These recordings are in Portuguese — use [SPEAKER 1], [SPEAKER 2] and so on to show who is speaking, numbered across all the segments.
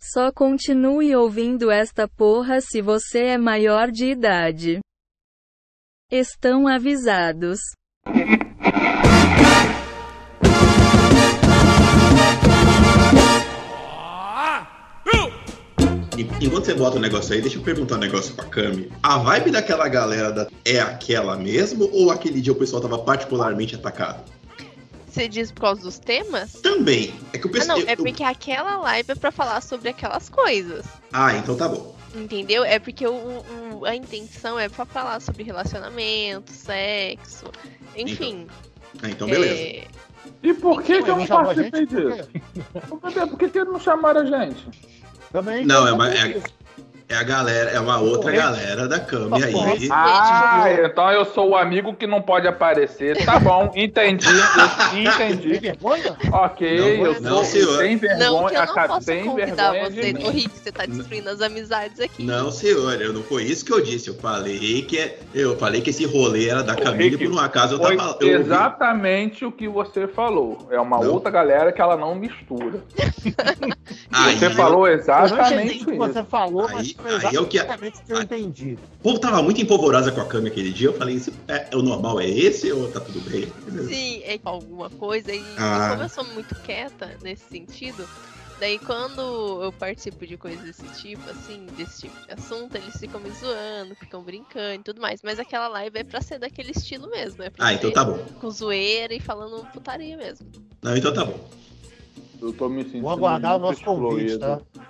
[SPEAKER 1] Só continue ouvindo esta porra se você é maior de idade. Estão avisados.
[SPEAKER 2] E enquanto você bota o negócio aí, deixa eu perguntar um negócio pra Cami. A vibe daquela galera da- é aquela mesmo ou aquele dia o pessoal tava particularmente atacado?
[SPEAKER 3] Você diz por causa dos temas?
[SPEAKER 2] Também. É que o
[SPEAKER 3] Ah, não,
[SPEAKER 2] pessoal.
[SPEAKER 3] é porque aquela live é pra falar sobre aquelas coisas.
[SPEAKER 2] Ah, então tá bom.
[SPEAKER 3] Entendeu? É porque o, o- a intenção é pra falar sobre relacionamento, sexo, enfim.
[SPEAKER 2] Ah, então beleza.
[SPEAKER 3] é,
[SPEAKER 4] E por que,
[SPEAKER 5] Ué,
[SPEAKER 4] que eu
[SPEAKER 5] não
[SPEAKER 4] não
[SPEAKER 5] chamou um a gente?
[SPEAKER 4] participei
[SPEAKER 5] Por
[SPEAKER 4] disso? Por que, que não chamaram a gente?
[SPEAKER 5] Também. um
[SPEAKER 2] Não, é uma- É a galera, é uma outra
[SPEAKER 5] Porra.
[SPEAKER 2] galera da Cami aí.
[SPEAKER 4] Ah, então eu sou o amigo que não pode aparecer. Tá bom, entendi.
[SPEAKER 5] Tem
[SPEAKER 4] Entendi.
[SPEAKER 5] vergonha?
[SPEAKER 4] Ok,
[SPEAKER 2] Não,
[SPEAKER 4] eu
[SPEAKER 2] não,
[SPEAKER 4] sou
[SPEAKER 2] senhor.
[SPEAKER 4] sem
[SPEAKER 3] Não que
[SPEAKER 4] vergonha,
[SPEAKER 3] eu não
[SPEAKER 4] acabei
[SPEAKER 3] posso
[SPEAKER 4] sem
[SPEAKER 3] convidar
[SPEAKER 4] vergonha
[SPEAKER 3] você,
[SPEAKER 4] de
[SPEAKER 3] ô Rick, você tá destruindo as amizades aqui.
[SPEAKER 2] Não, senhor, eu não foi isso que eu disse. Eu falei que é, eu falei que esse rolê era da Camille
[SPEAKER 4] Rick,
[SPEAKER 2] por um acaso eu
[SPEAKER 4] Foi
[SPEAKER 2] tava eu ouvi-
[SPEAKER 4] exatamente o que você falou. É uma
[SPEAKER 2] Não.
[SPEAKER 4] outra galera que ela não mistura.
[SPEAKER 2] Aí, né?
[SPEAKER 4] você
[SPEAKER 2] eu-
[SPEAKER 4] falou
[SPEAKER 5] Eu não entendi
[SPEAKER 4] exatamente
[SPEAKER 5] o que
[SPEAKER 4] isso.
[SPEAKER 5] você falou, mas
[SPEAKER 2] Aí-
[SPEAKER 5] foi
[SPEAKER 2] aí é o que-
[SPEAKER 5] exatamente o que eu
[SPEAKER 2] aí-
[SPEAKER 5] entendi.
[SPEAKER 2] O povo tava muito empolvorosa com a Cami aquele dia. Eu falei, isso é, é o normal é esse ou tá tudo bem?
[SPEAKER 3] Sim, é alguma coisa. E
[SPEAKER 2] Ah.
[SPEAKER 3] como eu sou muito quieta nesse sentido, daí quando eu participo de coisas desse tipo, assim, desse tipo de assunto, eles ficam me zoando, ficam brincando e tudo mais. Mas aquela live é pra ser daquele estilo mesmo. É pra
[SPEAKER 2] Ah, então
[SPEAKER 3] ser
[SPEAKER 2] tá bom.
[SPEAKER 3] com zoeira e falando putaria mesmo.
[SPEAKER 2] Não, então tá bom.
[SPEAKER 4] Eu tô me sentindo
[SPEAKER 5] Vou aguardar o nosso
[SPEAKER 4] muito
[SPEAKER 5] convite,
[SPEAKER 4] excluído.
[SPEAKER 5] tá?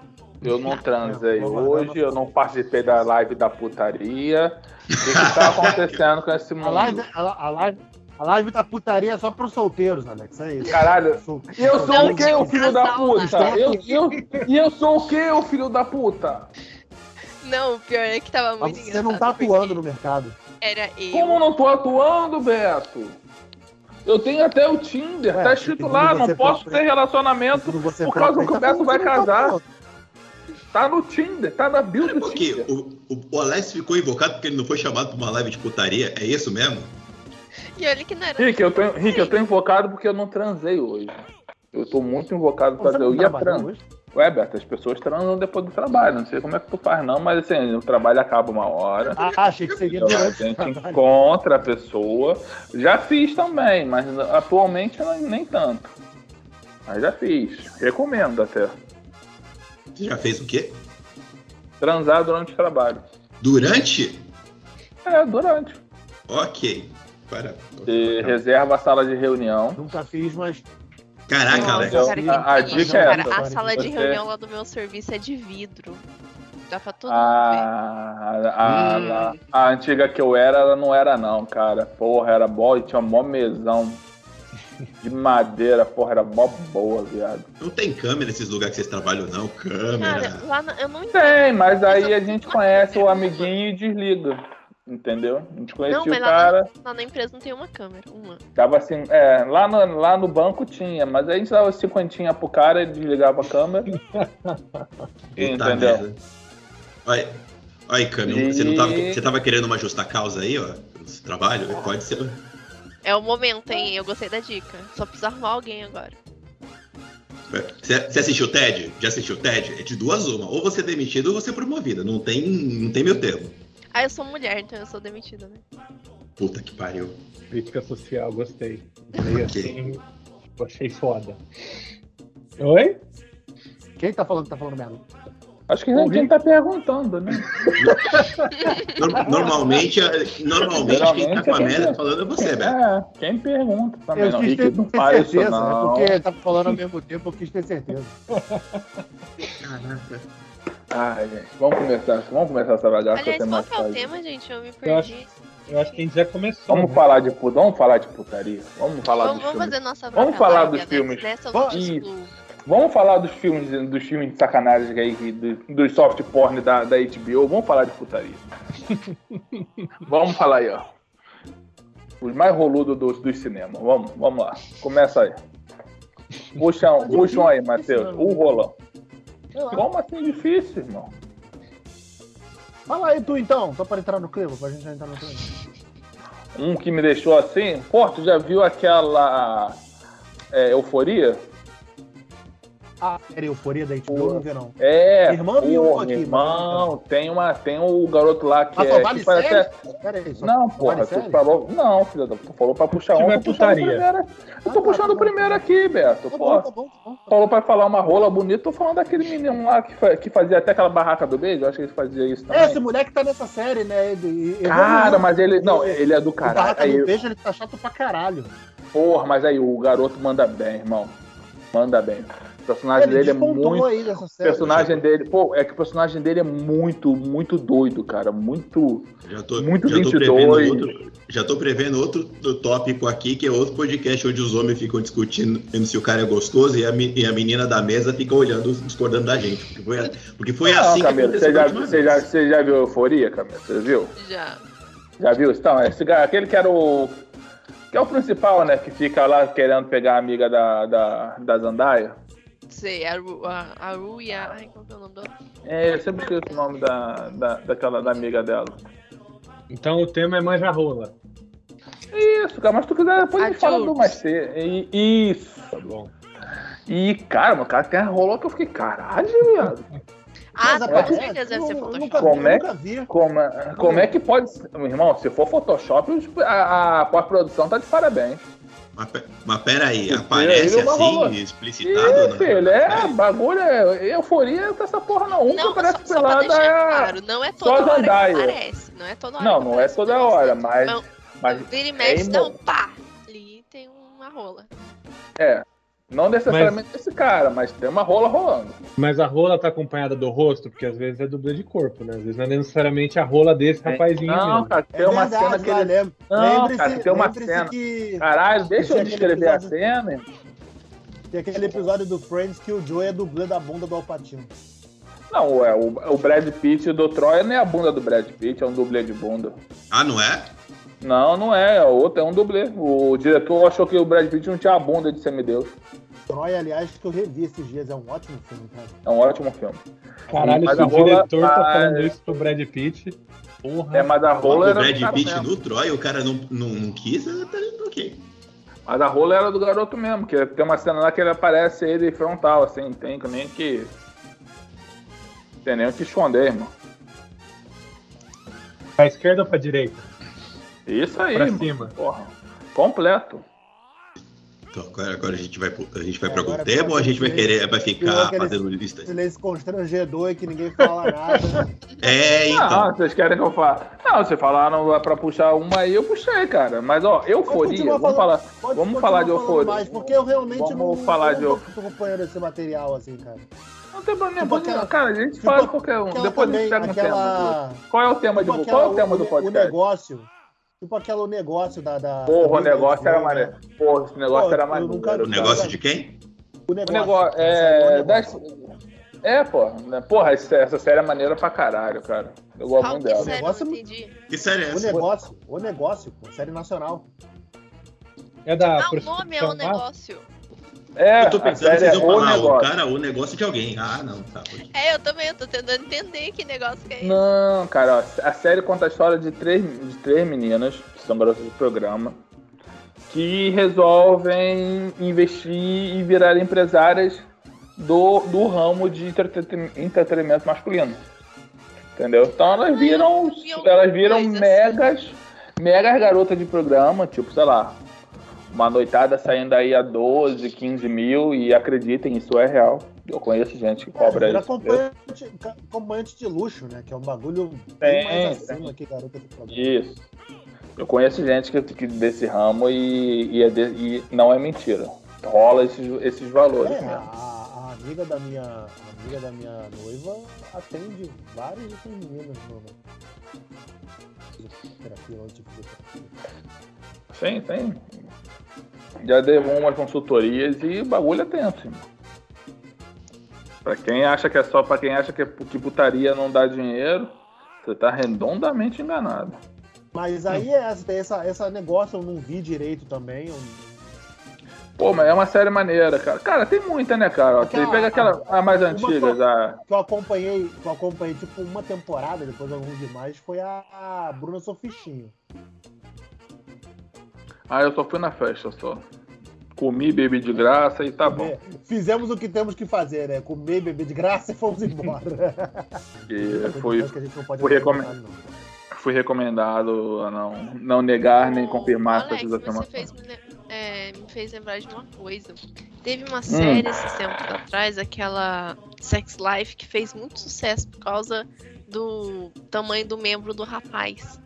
[SPEAKER 4] Eu não transei
[SPEAKER 5] Vou aguardar o
[SPEAKER 4] hoje,
[SPEAKER 5] nosso
[SPEAKER 4] eu não participei da live da putaria. O que, que tá acontecendo com esse mundo?
[SPEAKER 5] A live, a, a live, a live da putaria é só pros solteiros, Alex. É isso.
[SPEAKER 4] Caralho,
[SPEAKER 5] Sol-
[SPEAKER 4] e eu sou
[SPEAKER 3] Não,
[SPEAKER 4] o quê, o filho da
[SPEAKER 3] casal,
[SPEAKER 4] puta? Eu, eu, e eu sou o quê, o filho da puta?
[SPEAKER 3] Não, o pior é que tava
[SPEAKER 5] Mas
[SPEAKER 3] muito
[SPEAKER 5] você não tá
[SPEAKER 3] engraçado,
[SPEAKER 5] atuando no
[SPEAKER 3] porque
[SPEAKER 5] mercado.
[SPEAKER 3] Era eu.
[SPEAKER 4] Como não tô atuando, Beto? Eu tenho até o Tinder,
[SPEAKER 5] Ué,
[SPEAKER 4] tá escrito
[SPEAKER 5] segundo
[SPEAKER 4] lá, não
[SPEAKER 5] você
[SPEAKER 4] posso
[SPEAKER 5] próprio-
[SPEAKER 4] ter relacionamento.
[SPEAKER 5] Quando você
[SPEAKER 4] por
[SPEAKER 5] fala
[SPEAKER 4] causa
[SPEAKER 5] pra
[SPEAKER 4] que o
[SPEAKER 5] ele, tá
[SPEAKER 4] Beto vai
[SPEAKER 5] falando que não
[SPEAKER 4] casar.
[SPEAKER 5] atuando.
[SPEAKER 4] Tá no Tinder, tá na build
[SPEAKER 2] É
[SPEAKER 4] do
[SPEAKER 2] porque
[SPEAKER 4] Tinder.
[SPEAKER 2] o, o, o Alex ficou invocado porque ele não foi chamado pra uma live de putaria. É isso mesmo?
[SPEAKER 5] assim?
[SPEAKER 3] E olha que não era.
[SPEAKER 4] Rick eu, tô, Rick, eu tô invocado porque eu não transei hoje. Eu tô muito invocado pra
[SPEAKER 5] Você
[SPEAKER 4] fazer. Eu
[SPEAKER 5] não
[SPEAKER 4] ia
[SPEAKER 5] trabalhou
[SPEAKER 4] transar.
[SPEAKER 5] hoje?
[SPEAKER 4] Ué, Beto, as pessoas transam depois do trabalho. Não sei como é que tu faz, não, mas assim, o trabalho acaba uma hora.
[SPEAKER 5] Ah, achei que seria
[SPEAKER 4] Então, a
[SPEAKER 5] durante o
[SPEAKER 4] gente
[SPEAKER 5] trabalho.
[SPEAKER 4] encontra a pessoa. Já fiz também, mas atualmente não- nem tanto. Mas já fiz. Recomendo até.
[SPEAKER 2] Você já fez o quê?
[SPEAKER 4] Transar durante o trabalho.
[SPEAKER 2] Durante?
[SPEAKER 4] É, durante.
[SPEAKER 2] Ok. Para.
[SPEAKER 4] E reserva a sala de reunião.
[SPEAKER 5] Nunca fiz, mas
[SPEAKER 2] Caraca,
[SPEAKER 3] Nossa,
[SPEAKER 2] Alex.
[SPEAKER 4] Legal.
[SPEAKER 3] cara, que
[SPEAKER 4] A- a
[SPEAKER 3] incrível,
[SPEAKER 4] dica é
[SPEAKER 3] cara.
[SPEAKER 4] essa.
[SPEAKER 3] A sala de
[SPEAKER 4] Você-
[SPEAKER 3] reunião lá do meu serviço é de vidro. Dá pra todo mundo ver.
[SPEAKER 4] Ah, a, a- a antiga que eu era, ela não era não, cara. Porra, era boa e tinha mó mesão de madeira, porra, era mó boa, viado.
[SPEAKER 2] Não tem câmera nesses lugares que vocês trabalham, não.
[SPEAKER 3] Cara,
[SPEAKER 2] Câmera.
[SPEAKER 3] lá na- eu não
[SPEAKER 5] É,
[SPEAKER 3] entendo.
[SPEAKER 4] Tem, mas aí a gente conhece o amiguinho e desliga. Entendeu? A gente conhecia
[SPEAKER 3] Não, mas
[SPEAKER 4] o
[SPEAKER 3] lá-
[SPEAKER 4] cara,
[SPEAKER 3] Lá na empresa não tem uma câmera. Uma.
[SPEAKER 4] tava assim, é, lá no, lá no banco tinha, mas aí a gente dava cinquentinha pro cara, ele desligava a câmera.
[SPEAKER 2] Puta
[SPEAKER 4] entendeu?
[SPEAKER 2] merda. Olha olha aí, Câmera. Você, não tava, você tava querendo uma justa causa aí, ó? Esse trabalho? Pode ser.
[SPEAKER 3] É o momento, hein? Eu gostei da dica. Só preciso arrumar alguém agora.
[SPEAKER 2] Você você assistiu o TED? Já assistiu o TED? É de duas uma. Ou você é demitido ou você é promovida. Não tem, não tem meu termo.
[SPEAKER 3] Ah, eu sou mulher, então eu sou demitida, né?
[SPEAKER 2] Puta que pariu.
[SPEAKER 6] Crítica social, gostei. Meio
[SPEAKER 2] Ok.
[SPEAKER 6] assim, eu achei foda. Oi?
[SPEAKER 5] quem tá falando que tá falando merda?
[SPEAKER 4] Acho que a gente tá perguntando, né?
[SPEAKER 2] Nor- Normalmente, eh, normalmente quem tá
[SPEAKER 4] Geralmente
[SPEAKER 2] com a
[SPEAKER 4] é quem
[SPEAKER 2] merda
[SPEAKER 4] tem.
[SPEAKER 2] falando é você, Beto.
[SPEAKER 4] É, quem pergunta também, não.
[SPEAKER 5] eu quis
[SPEAKER 4] Rick,
[SPEAKER 5] ter,
[SPEAKER 4] não
[SPEAKER 5] ter
[SPEAKER 4] faz isso,
[SPEAKER 5] certeza, né?
[SPEAKER 4] não.
[SPEAKER 5] porque ele tava falando ao mesmo tempo, eu quis ter certeza.
[SPEAKER 2] Caraca.
[SPEAKER 4] Ai, gente, vamos começar, vamos começar essa bagaça
[SPEAKER 3] Aliás,
[SPEAKER 4] até
[SPEAKER 3] qual
[SPEAKER 4] mais
[SPEAKER 3] que é o
[SPEAKER 4] tarde.
[SPEAKER 3] tema, gente? Eu me
[SPEAKER 6] Eu acho-
[SPEAKER 3] perdi.
[SPEAKER 6] Eu acho que a gente já começou.
[SPEAKER 4] Vamos
[SPEAKER 6] né?
[SPEAKER 4] falar de pu- vamos falar de putaria. Vamos falar
[SPEAKER 3] Vamos,
[SPEAKER 4] dos
[SPEAKER 3] vamos
[SPEAKER 4] filmes.
[SPEAKER 3] fazer nossa
[SPEAKER 4] Vamos
[SPEAKER 3] vaca
[SPEAKER 4] falar
[SPEAKER 3] larga,
[SPEAKER 4] dos
[SPEAKER 3] né?
[SPEAKER 4] filmes.
[SPEAKER 3] Nessa eu
[SPEAKER 5] Vamos-
[SPEAKER 3] não
[SPEAKER 4] Ih.
[SPEAKER 3] excluo.
[SPEAKER 4] Vamos falar dos filmes, dos filmes de sacanagem aí, que- do- dos soft porn da, da HBO. Vamos falar de putaria. vamos falar aí, ó. Os mais roludos dos, dos cinemas. Vamos, vamos lá. Começa aí. Puxam, puxam aí,
[SPEAKER 5] né?
[SPEAKER 4] Matheus. O rolão. Como assim difícil, irmão?
[SPEAKER 5] Fala aí tu então, só pra entrar no clima, pra gente já entrar no clima.
[SPEAKER 4] Um que me deixou assim. Pô, tu já viu aquela é, euforia?
[SPEAKER 5] Ah, era euforia da HBO,
[SPEAKER 4] Porra.
[SPEAKER 5] não vi não.
[SPEAKER 4] É,
[SPEAKER 5] Irmão viu
[SPEAKER 4] porra,
[SPEAKER 5] aqui,
[SPEAKER 4] irmão, tem uma, tem o garoto lá que
[SPEAKER 5] Ah,
[SPEAKER 4] é
[SPEAKER 5] só
[SPEAKER 4] que
[SPEAKER 5] vale
[SPEAKER 4] faz
[SPEAKER 5] série?
[SPEAKER 4] até-
[SPEAKER 5] Pera aí, só
[SPEAKER 4] Não,
[SPEAKER 5] só
[SPEAKER 4] porra,
[SPEAKER 5] vale
[SPEAKER 4] tu
[SPEAKER 5] série?
[SPEAKER 4] falou. Não, filha da. Tu falou pra puxar
[SPEAKER 6] Se
[SPEAKER 4] um.
[SPEAKER 6] tiver
[SPEAKER 4] eu tô puxando
[SPEAKER 6] putaria.
[SPEAKER 4] primeiro. Eu tô
[SPEAKER 5] Ah,
[SPEAKER 4] puxando
[SPEAKER 5] tá
[SPEAKER 4] o
[SPEAKER 5] bom.
[SPEAKER 4] primeiro aqui, Beto.
[SPEAKER 5] Tá
[SPEAKER 4] Porra.
[SPEAKER 5] bom, tá bom, tá bom.
[SPEAKER 4] Falou pra falar uma rola bonita, tô falando daquele menino lá que, fa- que fazia até aquela barraca do beijo, eu acho que ele fazia isso também.
[SPEAKER 5] É, esse moleque tá nessa série, né? Ele, ele-
[SPEAKER 4] Cara,
[SPEAKER 5] ele-
[SPEAKER 4] mas ele. Não, ele é do
[SPEAKER 5] o Barraca
[SPEAKER 4] caralho. Aí,
[SPEAKER 5] do Beijo, ele tá chato pra caralho.
[SPEAKER 4] porra, mas aí o garoto manda bem, irmão. Manda bem. O personagem
[SPEAKER 5] Ele
[SPEAKER 4] dele é
[SPEAKER 5] despontou
[SPEAKER 4] muito.
[SPEAKER 5] aí nessa
[SPEAKER 4] O
[SPEAKER 5] série.
[SPEAKER 4] personagem dele. Pô, é que o personagem dele é muito, muito doido, cara. Muito.
[SPEAKER 2] Já tô,
[SPEAKER 4] Muito
[SPEAKER 2] já tô
[SPEAKER 4] 22.
[SPEAKER 2] prevendo outro, já tô prevendo outro t- tópico aqui, que é outro podcast onde os homens ficam discutindo se o cara é gostoso e a, me- e a menina da mesa fica olhando, discordando da gente. Porque foi, a- porque foi
[SPEAKER 4] Não,
[SPEAKER 2] assim
[SPEAKER 4] Ah, Camilo,
[SPEAKER 2] que
[SPEAKER 4] você
[SPEAKER 2] aconteceu.
[SPEAKER 4] já,
[SPEAKER 2] a última
[SPEAKER 4] você, já,
[SPEAKER 2] vez.
[SPEAKER 4] você já viu Euforia, Camilo? Você viu?
[SPEAKER 3] Já.
[SPEAKER 4] Já viu? Então, é esse, cara- aquele que era o. Que é o principal, né? Que fica lá querendo pegar a amiga da, da, da Zandaia.
[SPEAKER 3] Sei, a, Ru- a, a Ru e a. Ai, qual que é o nome dela?
[SPEAKER 4] É, eu sempre esqueço o nome da, da, daquela da amiga dela.
[SPEAKER 6] Então o tema é manja rola.
[SPEAKER 4] Isso, cara, mas tu quiser, depois a
[SPEAKER 3] A
[SPEAKER 4] gente fala do
[SPEAKER 3] Jules.
[SPEAKER 4] mais cedo. E- Isso.
[SPEAKER 6] Tá bom.
[SPEAKER 4] E, cara, meu cara tem a rolou que eu fiquei, caralho, viado.
[SPEAKER 3] Ah,
[SPEAKER 5] Mas
[SPEAKER 3] tá, com
[SPEAKER 5] aparece?
[SPEAKER 3] certeza deve ser
[SPEAKER 5] Eu- eu
[SPEAKER 3] Photoshop.
[SPEAKER 5] Nunca vi,
[SPEAKER 4] Como é
[SPEAKER 5] nunca vi.
[SPEAKER 4] Como, é- como é que pode ser? Meu irmão, se for Photoshop, os- a, a pós-produção tá de parabéns.
[SPEAKER 2] Mas, pe- mas peraí,
[SPEAKER 4] Isso,
[SPEAKER 2] aparece
[SPEAKER 4] ele não rolou.
[SPEAKER 2] assim, explicitado?
[SPEAKER 4] Ih,
[SPEAKER 2] né?
[SPEAKER 4] filho, é bagulho, é euforia com essa porra não. Um que
[SPEAKER 3] Não,
[SPEAKER 4] aparece
[SPEAKER 3] só, só pra
[SPEAKER 4] pelada
[SPEAKER 3] deixar
[SPEAKER 4] é.
[SPEAKER 3] claro, não é
[SPEAKER 4] só
[SPEAKER 3] toda hora
[SPEAKER 4] Zendaya.
[SPEAKER 3] que aparece. Não é toda hora
[SPEAKER 4] Não,
[SPEAKER 3] que
[SPEAKER 4] não é
[SPEAKER 3] aparece,
[SPEAKER 4] toda
[SPEAKER 3] mas-
[SPEAKER 4] hora, mas.
[SPEAKER 3] Não,
[SPEAKER 4] Mas
[SPEAKER 3] Vira e mexe,
[SPEAKER 4] é
[SPEAKER 3] dá
[SPEAKER 4] imo-
[SPEAKER 3] um pá. Ali tem uma rola.
[SPEAKER 4] é. Não necessariamente esse cara, mas tem uma rola rolando.
[SPEAKER 6] Mas a rola tá acompanhada do rosto, porque às vezes é dublê de corpo, né? Às vezes não é necessariamente a rola desse um rapazinho.
[SPEAKER 4] É. Não,
[SPEAKER 6] mesmo.
[SPEAKER 4] cara,
[SPEAKER 5] É
[SPEAKER 4] tem uma
[SPEAKER 5] verdade,
[SPEAKER 4] cena que ele.
[SPEAKER 5] vale, é.
[SPEAKER 4] Não,
[SPEAKER 5] Lembre-se-
[SPEAKER 4] cara, tem uma
[SPEAKER 5] lembre-se
[SPEAKER 4] cena.
[SPEAKER 5] que
[SPEAKER 4] Caralho, deixa
[SPEAKER 5] Tem
[SPEAKER 4] eu
[SPEAKER 5] aquele
[SPEAKER 4] descrever a
[SPEAKER 5] episódio-
[SPEAKER 4] cena. irmão.
[SPEAKER 5] tem aquele episódio do Friends que o Joey é dublê da bunda do Alpatino.
[SPEAKER 4] Não, é, o, o Brad Pitt do Troia não é a bunda do Brad Pitt, é um dublê de bunda.
[SPEAKER 2] Ah, não é?
[SPEAKER 4] Não, não é, é outro, é um dublê. O diretor achou que o Brad Pitt não tinha a bunda de semideus.
[SPEAKER 5] Troy, aliás, que eu revi esses dias, é um ótimo filme, cara.
[SPEAKER 4] É um ótimo filme.
[SPEAKER 6] Caralho,
[SPEAKER 4] Mas
[SPEAKER 6] se
[SPEAKER 4] a
[SPEAKER 6] o
[SPEAKER 4] rola-
[SPEAKER 6] diretor tá
[SPEAKER 4] ah,
[SPEAKER 6] falando isso pro Brad Pitt. Porra.
[SPEAKER 4] É, mas a rola
[SPEAKER 2] O
[SPEAKER 4] era do
[SPEAKER 2] Brad
[SPEAKER 4] cara
[SPEAKER 2] Pitt
[SPEAKER 4] mesmo.
[SPEAKER 2] no Troy, o cara não, não, não quis, é, tá, ok.
[SPEAKER 4] Mas a rola era do garoto mesmo, que tem uma cena lá que ele aparece ele frontal, assim, tem que nem que. Tem nem o que esconder, irmão.
[SPEAKER 6] Pra esquerda ou pra direita?
[SPEAKER 4] Isso aí,
[SPEAKER 6] Pra
[SPEAKER 4] irmão.
[SPEAKER 6] cima.
[SPEAKER 4] Porra. Completo.
[SPEAKER 2] Então agora, agora a gente vai, pro- a gente vai
[SPEAKER 5] É,
[SPEAKER 2] pra algum
[SPEAKER 5] agora
[SPEAKER 2] tema ou a gente vai
[SPEAKER 5] pode-
[SPEAKER 2] querer, vai
[SPEAKER 5] Eu
[SPEAKER 2] ficar
[SPEAKER 5] aquele-
[SPEAKER 2] fazendo lista?
[SPEAKER 5] Silêncio constrangedor e que ninguém fala nada.
[SPEAKER 2] É,
[SPEAKER 4] Ah,
[SPEAKER 2] então.
[SPEAKER 4] vocês querem que eu fale? Não, vocês falaram pra puxar uma aí, eu puxei, cara. Mas ó, euforia,
[SPEAKER 5] continuar
[SPEAKER 4] vamos
[SPEAKER 5] falando-
[SPEAKER 4] falar.
[SPEAKER 5] Pode
[SPEAKER 4] Vamos
[SPEAKER 5] continuar
[SPEAKER 4] falar de
[SPEAKER 5] falando
[SPEAKER 4] euforia.
[SPEAKER 5] Mais, porque eu realmente
[SPEAKER 4] Vamos
[SPEAKER 5] não
[SPEAKER 4] falar
[SPEAKER 5] eu
[SPEAKER 4] de
[SPEAKER 5] não tô acompanhando esse material assim, cara.
[SPEAKER 4] Não tem problema,
[SPEAKER 5] Tipo
[SPEAKER 4] pode-
[SPEAKER 5] aquela-
[SPEAKER 4] cara, a gente
[SPEAKER 5] tipo
[SPEAKER 4] fala de qualquer um.
[SPEAKER 5] Aquela
[SPEAKER 4] Depois a
[SPEAKER 5] também,
[SPEAKER 4] gente pega um tema.
[SPEAKER 5] aquela,
[SPEAKER 4] Qual é o tema de qual
[SPEAKER 5] tipo aquela-
[SPEAKER 4] é o tema do
[SPEAKER 5] o- O
[SPEAKER 4] podcast?
[SPEAKER 5] negócio. Tipo aquela o negócio da. da da
[SPEAKER 4] Porra, o
[SPEAKER 5] Bíblia
[SPEAKER 4] negócio
[SPEAKER 5] de
[SPEAKER 4] era
[SPEAKER 5] João,
[SPEAKER 4] maneiro.
[SPEAKER 5] né?
[SPEAKER 4] Porra, esse negócio
[SPEAKER 5] Pô,
[SPEAKER 4] era
[SPEAKER 5] eu
[SPEAKER 4] maneiro.
[SPEAKER 5] não quero-
[SPEAKER 2] O negócio de quem?
[SPEAKER 5] O
[SPEAKER 4] O
[SPEAKER 5] negócio.
[SPEAKER 4] negócio
[SPEAKER 5] Saiu o
[SPEAKER 4] é.
[SPEAKER 5] negócio.
[SPEAKER 4] das- É, porra. né? Porra, essa, essa série é maneira pra caralho, cara. Eu gosto
[SPEAKER 3] Qual
[SPEAKER 4] muito
[SPEAKER 3] que é
[SPEAKER 4] dela.
[SPEAKER 3] sério?
[SPEAKER 5] Negócio-
[SPEAKER 3] Não entendi.
[SPEAKER 2] Que série é
[SPEAKER 5] O
[SPEAKER 2] essa?
[SPEAKER 5] negócio, o negócio, pô, série nacional.
[SPEAKER 6] É da
[SPEAKER 3] Ah, o
[SPEAKER 6] prostituição
[SPEAKER 3] nome é o
[SPEAKER 6] lá?
[SPEAKER 3] negócio.
[SPEAKER 4] É,
[SPEAKER 2] Eu tô
[SPEAKER 4] a
[SPEAKER 2] pensando um que
[SPEAKER 4] série
[SPEAKER 2] vocês
[SPEAKER 4] é
[SPEAKER 2] vão
[SPEAKER 4] o
[SPEAKER 2] falar, o
[SPEAKER 4] negócio.
[SPEAKER 2] cara, o negócio de alguém. Ah, não, tá. ok.
[SPEAKER 3] É, eu também, eu tô tentando entender que negócio que é esse.
[SPEAKER 4] Não, cara, ó, a série conta a história de três, de três meninas, que são garotas de programa, que resolvem investir e virar empresárias do, do ramo de entreten- entretenimento masculino. Entendeu? Então elas viram.
[SPEAKER 3] vi alguma
[SPEAKER 4] Elas viram
[SPEAKER 3] coisa assim.
[SPEAKER 4] megas. Megas garotas de programa, tipo, sei lá. Uma noitada saindo aí a 12, 15 mil, e acreditem, isso é real. Eu conheço gente que cobra
[SPEAKER 5] Era
[SPEAKER 4] isso. entendeu?
[SPEAKER 5] acompanhante, ca- acompanhante de luxo, né? Que é um bagulho bem
[SPEAKER 4] Tem,
[SPEAKER 5] mais
[SPEAKER 4] tem.
[SPEAKER 5] acima que garota de programa.
[SPEAKER 4] Isso. Eu conheço gente que, que desse ramo e, e é de- e não é mentira. Rola esses, esses valores.
[SPEAKER 5] É, a,
[SPEAKER 4] mesmo.
[SPEAKER 5] a amiga da minha a amiga da minha noiva atende várias dessas meninas no no- terapia, outro tipo de terapia.
[SPEAKER 4] Sim, tem. Já devo umas consultorias e o bagulho é tenso. irmão. Pra quem acha que é só, pra quem acha que, é, que putaria não dá dinheiro, você tá redondamente enganado.
[SPEAKER 5] Mas aí é essa, tem essa, essa negócio eu não vi direito também. eu-
[SPEAKER 4] Pô, mas é uma série maneira, cara. Cara, tem muita, né, cara? Ó, Você
[SPEAKER 5] Aquela-
[SPEAKER 4] pega aquela a mais antiga,
[SPEAKER 5] foi-
[SPEAKER 4] já.
[SPEAKER 5] que eu acompanhei, que eu acompanhei tipo uma temporada, depois eu não vi mais, foi a, a Bruna Sofistinho.
[SPEAKER 4] Ah, eu só fui na festa só. Comi, bebi de graça e tá bom.
[SPEAKER 5] É, fizemos o que temos que fazer, né? Comer, beber de graça e fomos embora.
[SPEAKER 4] Porque foi,
[SPEAKER 5] Coisa que a gente não pode
[SPEAKER 4] foi
[SPEAKER 5] recomendar, não.
[SPEAKER 4] foi recomendado a não, não negar nem
[SPEAKER 3] O
[SPEAKER 4] confirmar
[SPEAKER 3] Alex,
[SPEAKER 4] essas
[SPEAKER 3] você
[SPEAKER 4] afirmações.
[SPEAKER 3] fez me, le- é, me fez lembrar de uma coisa. Teve uma série esses tempos atrás, aquela Sex Life, que fez muito sucesso por causa do tamanho do membro do rapaz.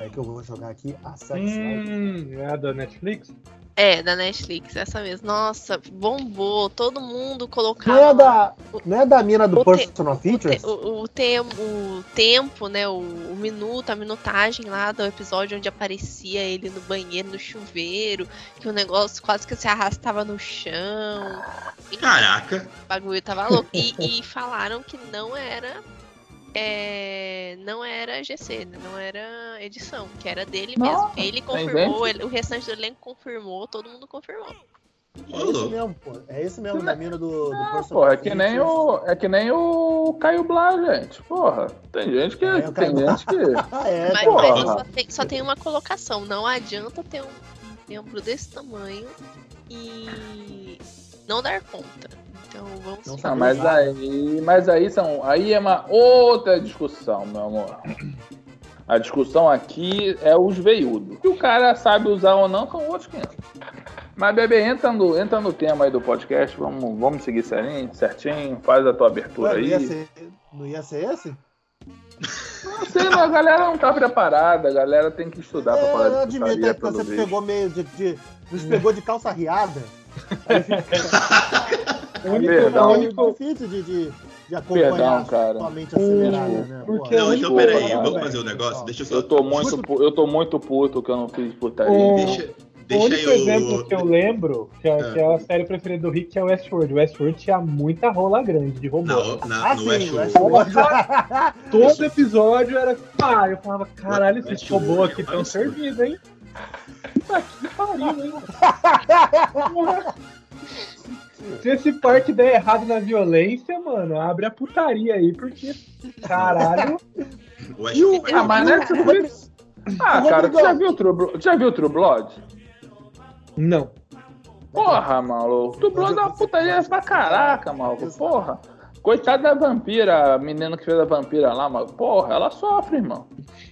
[SPEAKER 5] É que eu vou jogar aqui a Sex Life.
[SPEAKER 6] Hum, é a da Netflix?
[SPEAKER 3] É, da Netflix, essa mesmo. Nossa, bombou, todo mundo colocava.
[SPEAKER 5] Não é, da, não é da mina do
[SPEAKER 3] O te-
[SPEAKER 5] Personal
[SPEAKER 3] O,
[SPEAKER 5] Features?
[SPEAKER 3] te- o, o tem- o tempo, né? O, o minuto, a minutagem lá do episódio onde aparecia ele no banheiro, no chuveiro, que o negócio quase que se arrastava no chão.
[SPEAKER 2] Caraca!
[SPEAKER 3] O bagulho tava louco. E, e falaram que não era. é, não era GC, né, não era edição, que era dele mesmo. Ele confirmou, ele- o restante do elenco confirmou, todo mundo confirmou.
[SPEAKER 2] Ô,
[SPEAKER 5] É isso
[SPEAKER 2] louco.
[SPEAKER 5] mesmo, pô. É isso mesmo, da mina do, do Personal
[SPEAKER 4] Porra, é que nem
[SPEAKER 5] Features.
[SPEAKER 4] o, é que nem o Caio Blá, gente. Porra, tem gente que.
[SPEAKER 5] É, o Caio
[SPEAKER 4] tem
[SPEAKER 5] Blá.
[SPEAKER 4] gente que.
[SPEAKER 5] Ah, é,
[SPEAKER 3] Mas,
[SPEAKER 5] pô.
[SPEAKER 3] mas
[SPEAKER 4] porra.
[SPEAKER 3] só, tem, só tem uma colocação. Não adianta ter um membro desse tamanho e não dar conta. Então vamos
[SPEAKER 5] Não
[SPEAKER 4] Ah,
[SPEAKER 3] seguir.
[SPEAKER 4] mas aí, mas aí são, aí é uma outra discussão, meu amor. A discussão aqui é os veiudos. Se o cara sabe usar ou não, são outros 500. Mas, bebê, entra no, entra no tema aí do podcast, vamos, vamos seguir certinho, certinho, faz a tua abertura
[SPEAKER 5] Ué, não,
[SPEAKER 4] aí.
[SPEAKER 5] ia ser, não ia ser esse?
[SPEAKER 4] Não sei, não, a galera não tá preparada, a galera tem que estudar pra
[SPEAKER 5] É,
[SPEAKER 4] falar
[SPEAKER 5] eu
[SPEAKER 4] de
[SPEAKER 5] admito
[SPEAKER 4] putaria,
[SPEAKER 5] é que
[SPEAKER 4] pelo
[SPEAKER 5] você
[SPEAKER 4] visto.
[SPEAKER 5] pegou meio de, de- Nos pegou de calça riada. Aí fica
[SPEAKER 6] O
[SPEAKER 4] único-
[SPEAKER 5] fica
[SPEAKER 4] Perdão.
[SPEAKER 5] meio difícil de, de, de acompanhar
[SPEAKER 4] Perdão, cara.
[SPEAKER 5] sua mente acelerada, né?
[SPEAKER 6] Porque
[SPEAKER 5] Pô,
[SPEAKER 2] Não, então
[SPEAKER 4] Pô,
[SPEAKER 2] peraí,
[SPEAKER 4] cara,
[SPEAKER 2] vamos fazer um negócio. Deixa eu só.
[SPEAKER 4] Eu tô muito, pu- eu tô muito puto que eu não fiz putaria.
[SPEAKER 6] Ô,
[SPEAKER 2] Deixa,
[SPEAKER 6] o
[SPEAKER 2] deixa
[SPEAKER 6] único exemplo que eu
[SPEAKER 2] eu.
[SPEAKER 6] lembro, que é,
[SPEAKER 2] Ah.
[SPEAKER 6] que é a série preferida do Rick, que é Westworld. Westworld tinha muita rola grande de robô.
[SPEAKER 2] Não, na,
[SPEAKER 5] Ah,
[SPEAKER 2] no
[SPEAKER 5] sim,
[SPEAKER 2] Westworld.
[SPEAKER 5] Westworld.
[SPEAKER 6] Todo episódio era. Ah, eu falava, caralho, esses
[SPEAKER 2] Westworld
[SPEAKER 6] robôs aqui
[SPEAKER 2] é um
[SPEAKER 6] estão
[SPEAKER 2] absurdo.
[SPEAKER 6] servidos, hein? Puta que pariu, hein? Porra. Se esse parque der errado na violência, mano, abre a putaria aí, porque. Caralho.
[SPEAKER 2] O Westworld
[SPEAKER 5] E o-
[SPEAKER 2] foi-
[SPEAKER 4] Ah, mas né? tu foi- Ah,
[SPEAKER 5] Rodrigão.
[SPEAKER 4] cara, tu já viu o True Blood? Já viu o True Blood?
[SPEAKER 6] Não.
[SPEAKER 4] Porra, maluco. True Blood é uma putaria pra caraca, maluco. Porra. Coitada da vampira, a menina que fez a vampira lá, maluco. Porra, ela sofre, irmão.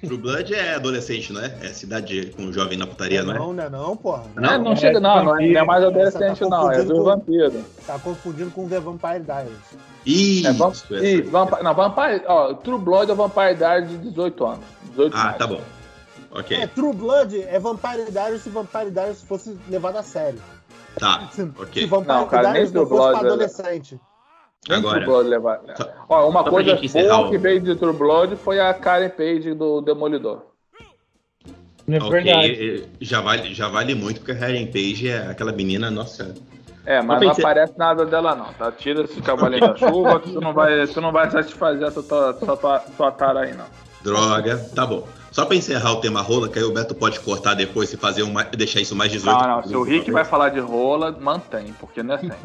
[SPEAKER 2] True Blood é adolescente, não é? É cidade com jovem na putaria, não é?
[SPEAKER 5] Não, não é não, porra.
[SPEAKER 4] Não, não,
[SPEAKER 6] é
[SPEAKER 4] chega, não, não é, não é mais adolescente,
[SPEAKER 5] Essa tá
[SPEAKER 4] não. É do vampiro.
[SPEAKER 5] Tá confundindo com The Vampire Diaries.
[SPEAKER 2] Isso,
[SPEAKER 4] É, vam-
[SPEAKER 2] é
[SPEAKER 4] Ih,
[SPEAKER 2] isso.
[SPEAKER 4] vampi- não, vampire, ó, True Blood é vampire da idade de 18 anos. 18
[SPEAKER 2] Ah,
[SPEAKER 4] mais.
[SPEAKER 2] tá bom. Ok,
[SPEAKER 5] É, True Blood é Vampire Diaries se Vampire Diaries fosse levado a sério.
[SPEAKER 2] tá.
[SPEAKER 5] Se,
[SPEAKER 2] Ok.
[SPEAKER 5] se Vampire
[SPEAKER 4] Não, cara, nem
[SPEAKER 5] Diaries não
[SPEAKER 4] True
[SPEAKER 5] fosse
[SPEAKER 4] Blood,
[SPEAKER 5] pra
[SPEAKER 4] velho.
[SPEAKER 5] adolescente.
[SPEAKER 4] Nem
[SPEAKER 2] Agora.
[SPEAKER 4] True Blood levar. é.
[SPEAKER 2] Só-
[SPEAKER 4] Ó, uma
[SPEAKER 2] só pra
[SPEAKER 4] coisa
[SPEAKER 2] gente encerrar
[SPEAKER 4] boa
[SPEAKER 2] o-
[SPEAKER 4] que veio de True Blood foi a Karen Page do Demolidor.
[SPEAKER 6] É
[SPEAKER 2] ok,
[SPEAKER 6] verdade.
[SPEAKER 2] eh, já vale, já vale muito, porque a Karen Page é aquela menina, nossa.
[SPEAKER 4] É, mas
[SPEAKER 2] Eu
[SPEAKER 4] não
[SPEAKER 2] pensei-
[SPEAKER 4] aparece nada dela não, tá? Tira esse cavalinho da chuva que tu não vai, tu não vai satisfazer essa tua, essa tua, tua tara aí, não.
[SPEAKER 2] Droga, tá bom. Só pra encerrar o tema rola, que aí o Beto pode cortar depois e fazer um, ma- deixar isso mais 18.
[SPEAKER 4] Não, não, se o Rick vai falar de rola, mantém, porque não é sempre.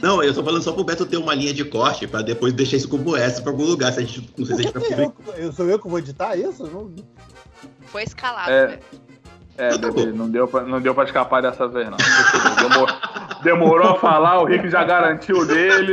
[SPEAKER 2] Não, eu tô falando só pro Beto ter uma linha de corte, pra depois deixar isso como essa pra algum lugar. Se a gente, não sei se a gente
[SPEAKER 5] Por
[SPEAKER 2] vai
[SPEAKER 5] que
[SPEAKER 2] publicar.
[SPEAKER 5] eu, eu sou eu que vou editar isso? Não-
[SPEAKER 3] Foi escalado, né?
[SPEAKER 4] É.
[SPEAKER 3] velho.
[SPEAKER 4] É,
[SPEAKER 2] Tá bom.
[SPEAKER 4] bebê, não deu, pra, não deu pra escapar dessa vez, não. Demor- demorou a falar, o Rick já garantiu dele.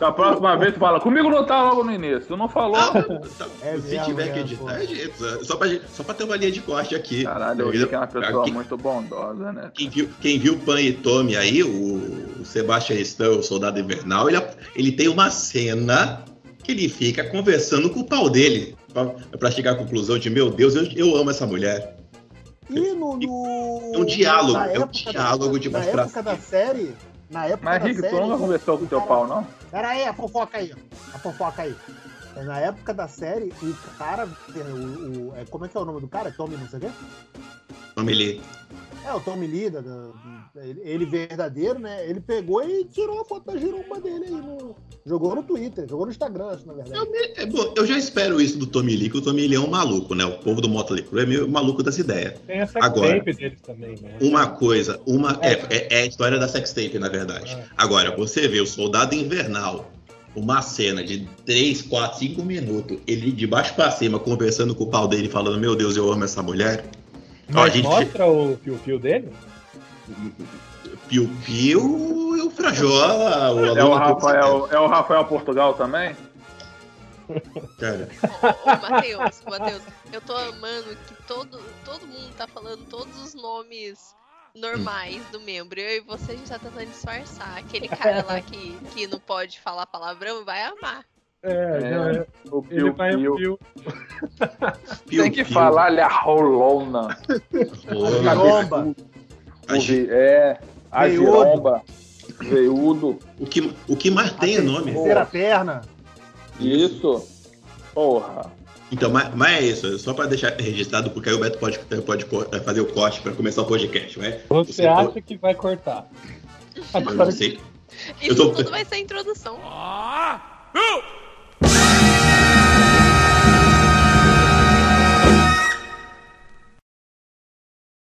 [SPEAKER 4] Da próxima vez tu fala, comigo não tá logo no início. Tu não falou.
[SPEAKER 2] Tá,
[SPEAKER 5] É
[SPEAKER 2] se
[SPEAKER 5] mesmo,
[SPEAKER 2] tiver que
[SPEAKER 5] é, pô.
[SPEAKER 2] editar, edita. Só pra, gente- só pra ter uma linha de corte aqui.
[SPEAKER 4] Caralho, o
[SPEAKER 2] Entendeu?
[SPEAKER 4] Rick é uma pessoa
[SPEAKER 2] Aqui-
[SPEAKER 4] muito bondosa, né?
[SPEAKER 2] Quem viu, quem viu Pan e Tommy aí, o, o Sebastian Stan, o Soldado Invernal, ele, ele tem uma cena que ele fica conversando com o pau dele. Pra, pra chegar à conclusão de, meu Deus, eu, eu amo essa mulher.
[SPEAKER 5] E no, no-
[SPEAKER 2] É um diálogo,
[SPEAKER 5] na
[SPEAKER 2] é um
[SPEAKER 5] época da-
[SPEAKER 2] diálogo de mais
[SPEAKER 5] Na
[SPEAKER 2] pra
[SPEAKER 5] época da série. Na época
[SPEAKER 4] Mas
[SPEAKER 5] da
[SPEAKER 4] Rick, tu
[SPEAKER 5] série.
[SPEAKER 4] nunca conversou com teu pau, não?
[SPEAKER 5] Pera aí, a fofoca aí. A fofoca aí. É, Na época da série, o cara. é, O, o- é, como é que é o nome do cara? É Tommy, não sei o quê?
[SPEAKER 2] Tommy Lee.
[SPEAKER 5] É, o Tommy Lee, da- da- ele, ele verdadeiro, né? Ele pegou e tirou a foto da giromba dele aí. no- jogou no Twitter, jogou no Instagram, acho, na verdade.
[SPEAKER 2] É, é, bom, eu já espero isso do Tommy Lee, que o Tommy Lee é um maluco, né? O povo do Motley Crue é meio maluco das ideias.
[SPEAKER 6] Tem essa
[SPEAKER 2] Agora.
[SPEAKER 6] tape deles também, né?
[SPEAKER 2] Uma coisa, uma é, é- é a história da sextape, na verdade.
[SPEAKER 6] É.
[SPEAKER 2] Agora, você vê o Soldado Invernal, uma cena de 3, 4, 5 minutos, ele de baixo pra cima conversando com o pau dele, falando: Meu Deus, eu amo essa mulher. Ó, a
[SPEAKER 6] Mas
[SPEAKER 2] gente-
[SPEAKER 6] mostra o fio-fio dele?
[SPEAKER 2] Piu Piu e o Frajola. O
[SPEAKER 4] É
[SPEAKER 2] aluno
[SPEAKER 4] o
[SPEAKER 2] do-
[SPEAKER 4] Rafael, é o Rafael Portugal também?
[SPEAKER 2] Cara,
[SPEAKER 3] Ô, ô, Matheus, Matheus, eu tô amando que todo, todo mundo tá falando todos os nomes normais do membro. Eu e você, a gente tá tentando disfarçar. Aquele cara lá que, que não pode falar palavrão vai amar.
[SPEAKER 6] É,
[SPEAKER 4] É,
[SPEAKER 6] não, é-
[SPEAKER 4] O
[SPEAKER 6] ele
[SPEAKER 4] Piu
[SPEAKER 6] vai
[SPEAKER 4] Piu.
[SPEAKER 6] piu.
[SPEAKER 2] tá- Piu
[SPEAKER 4] Tem que
[SPEAKER 2] Piu,
[SPEAKER 4] falar, olha, rolona.
[SPEAKER 2] pô,
[SPEAKER 5] Giromba.
[SPEAKER 2] a gente-
[SPEAKER 4] É, a
[SPEAKER 5] Veiudo.
[SPEAKER 4] giromba. Veiudo.
[SPEAKER 2] o, que, o que mais tem é nome.
[SPEAKER 5] Terceira perna.
[SPEAKER 4] Isso. Porra.
[SPEAKER 2] Então, mas, mas é isso, só para deixar registrado, porque aí o Beto pode, pode co- fazer o corte para começar o podcast, né?
[SPEAKER 6] Você
[SPEAKER 2] Eu tô-
[SPEAKER 6] acha que vai cortar.
[SPEAKER 2] Eu não sei.
[SPEAKER 3] Isso
[SPEAKER 2] tô-
[SPEAKER 3] tudo vai ser a introdução.
[SPEAKER 7] Ah! Uh!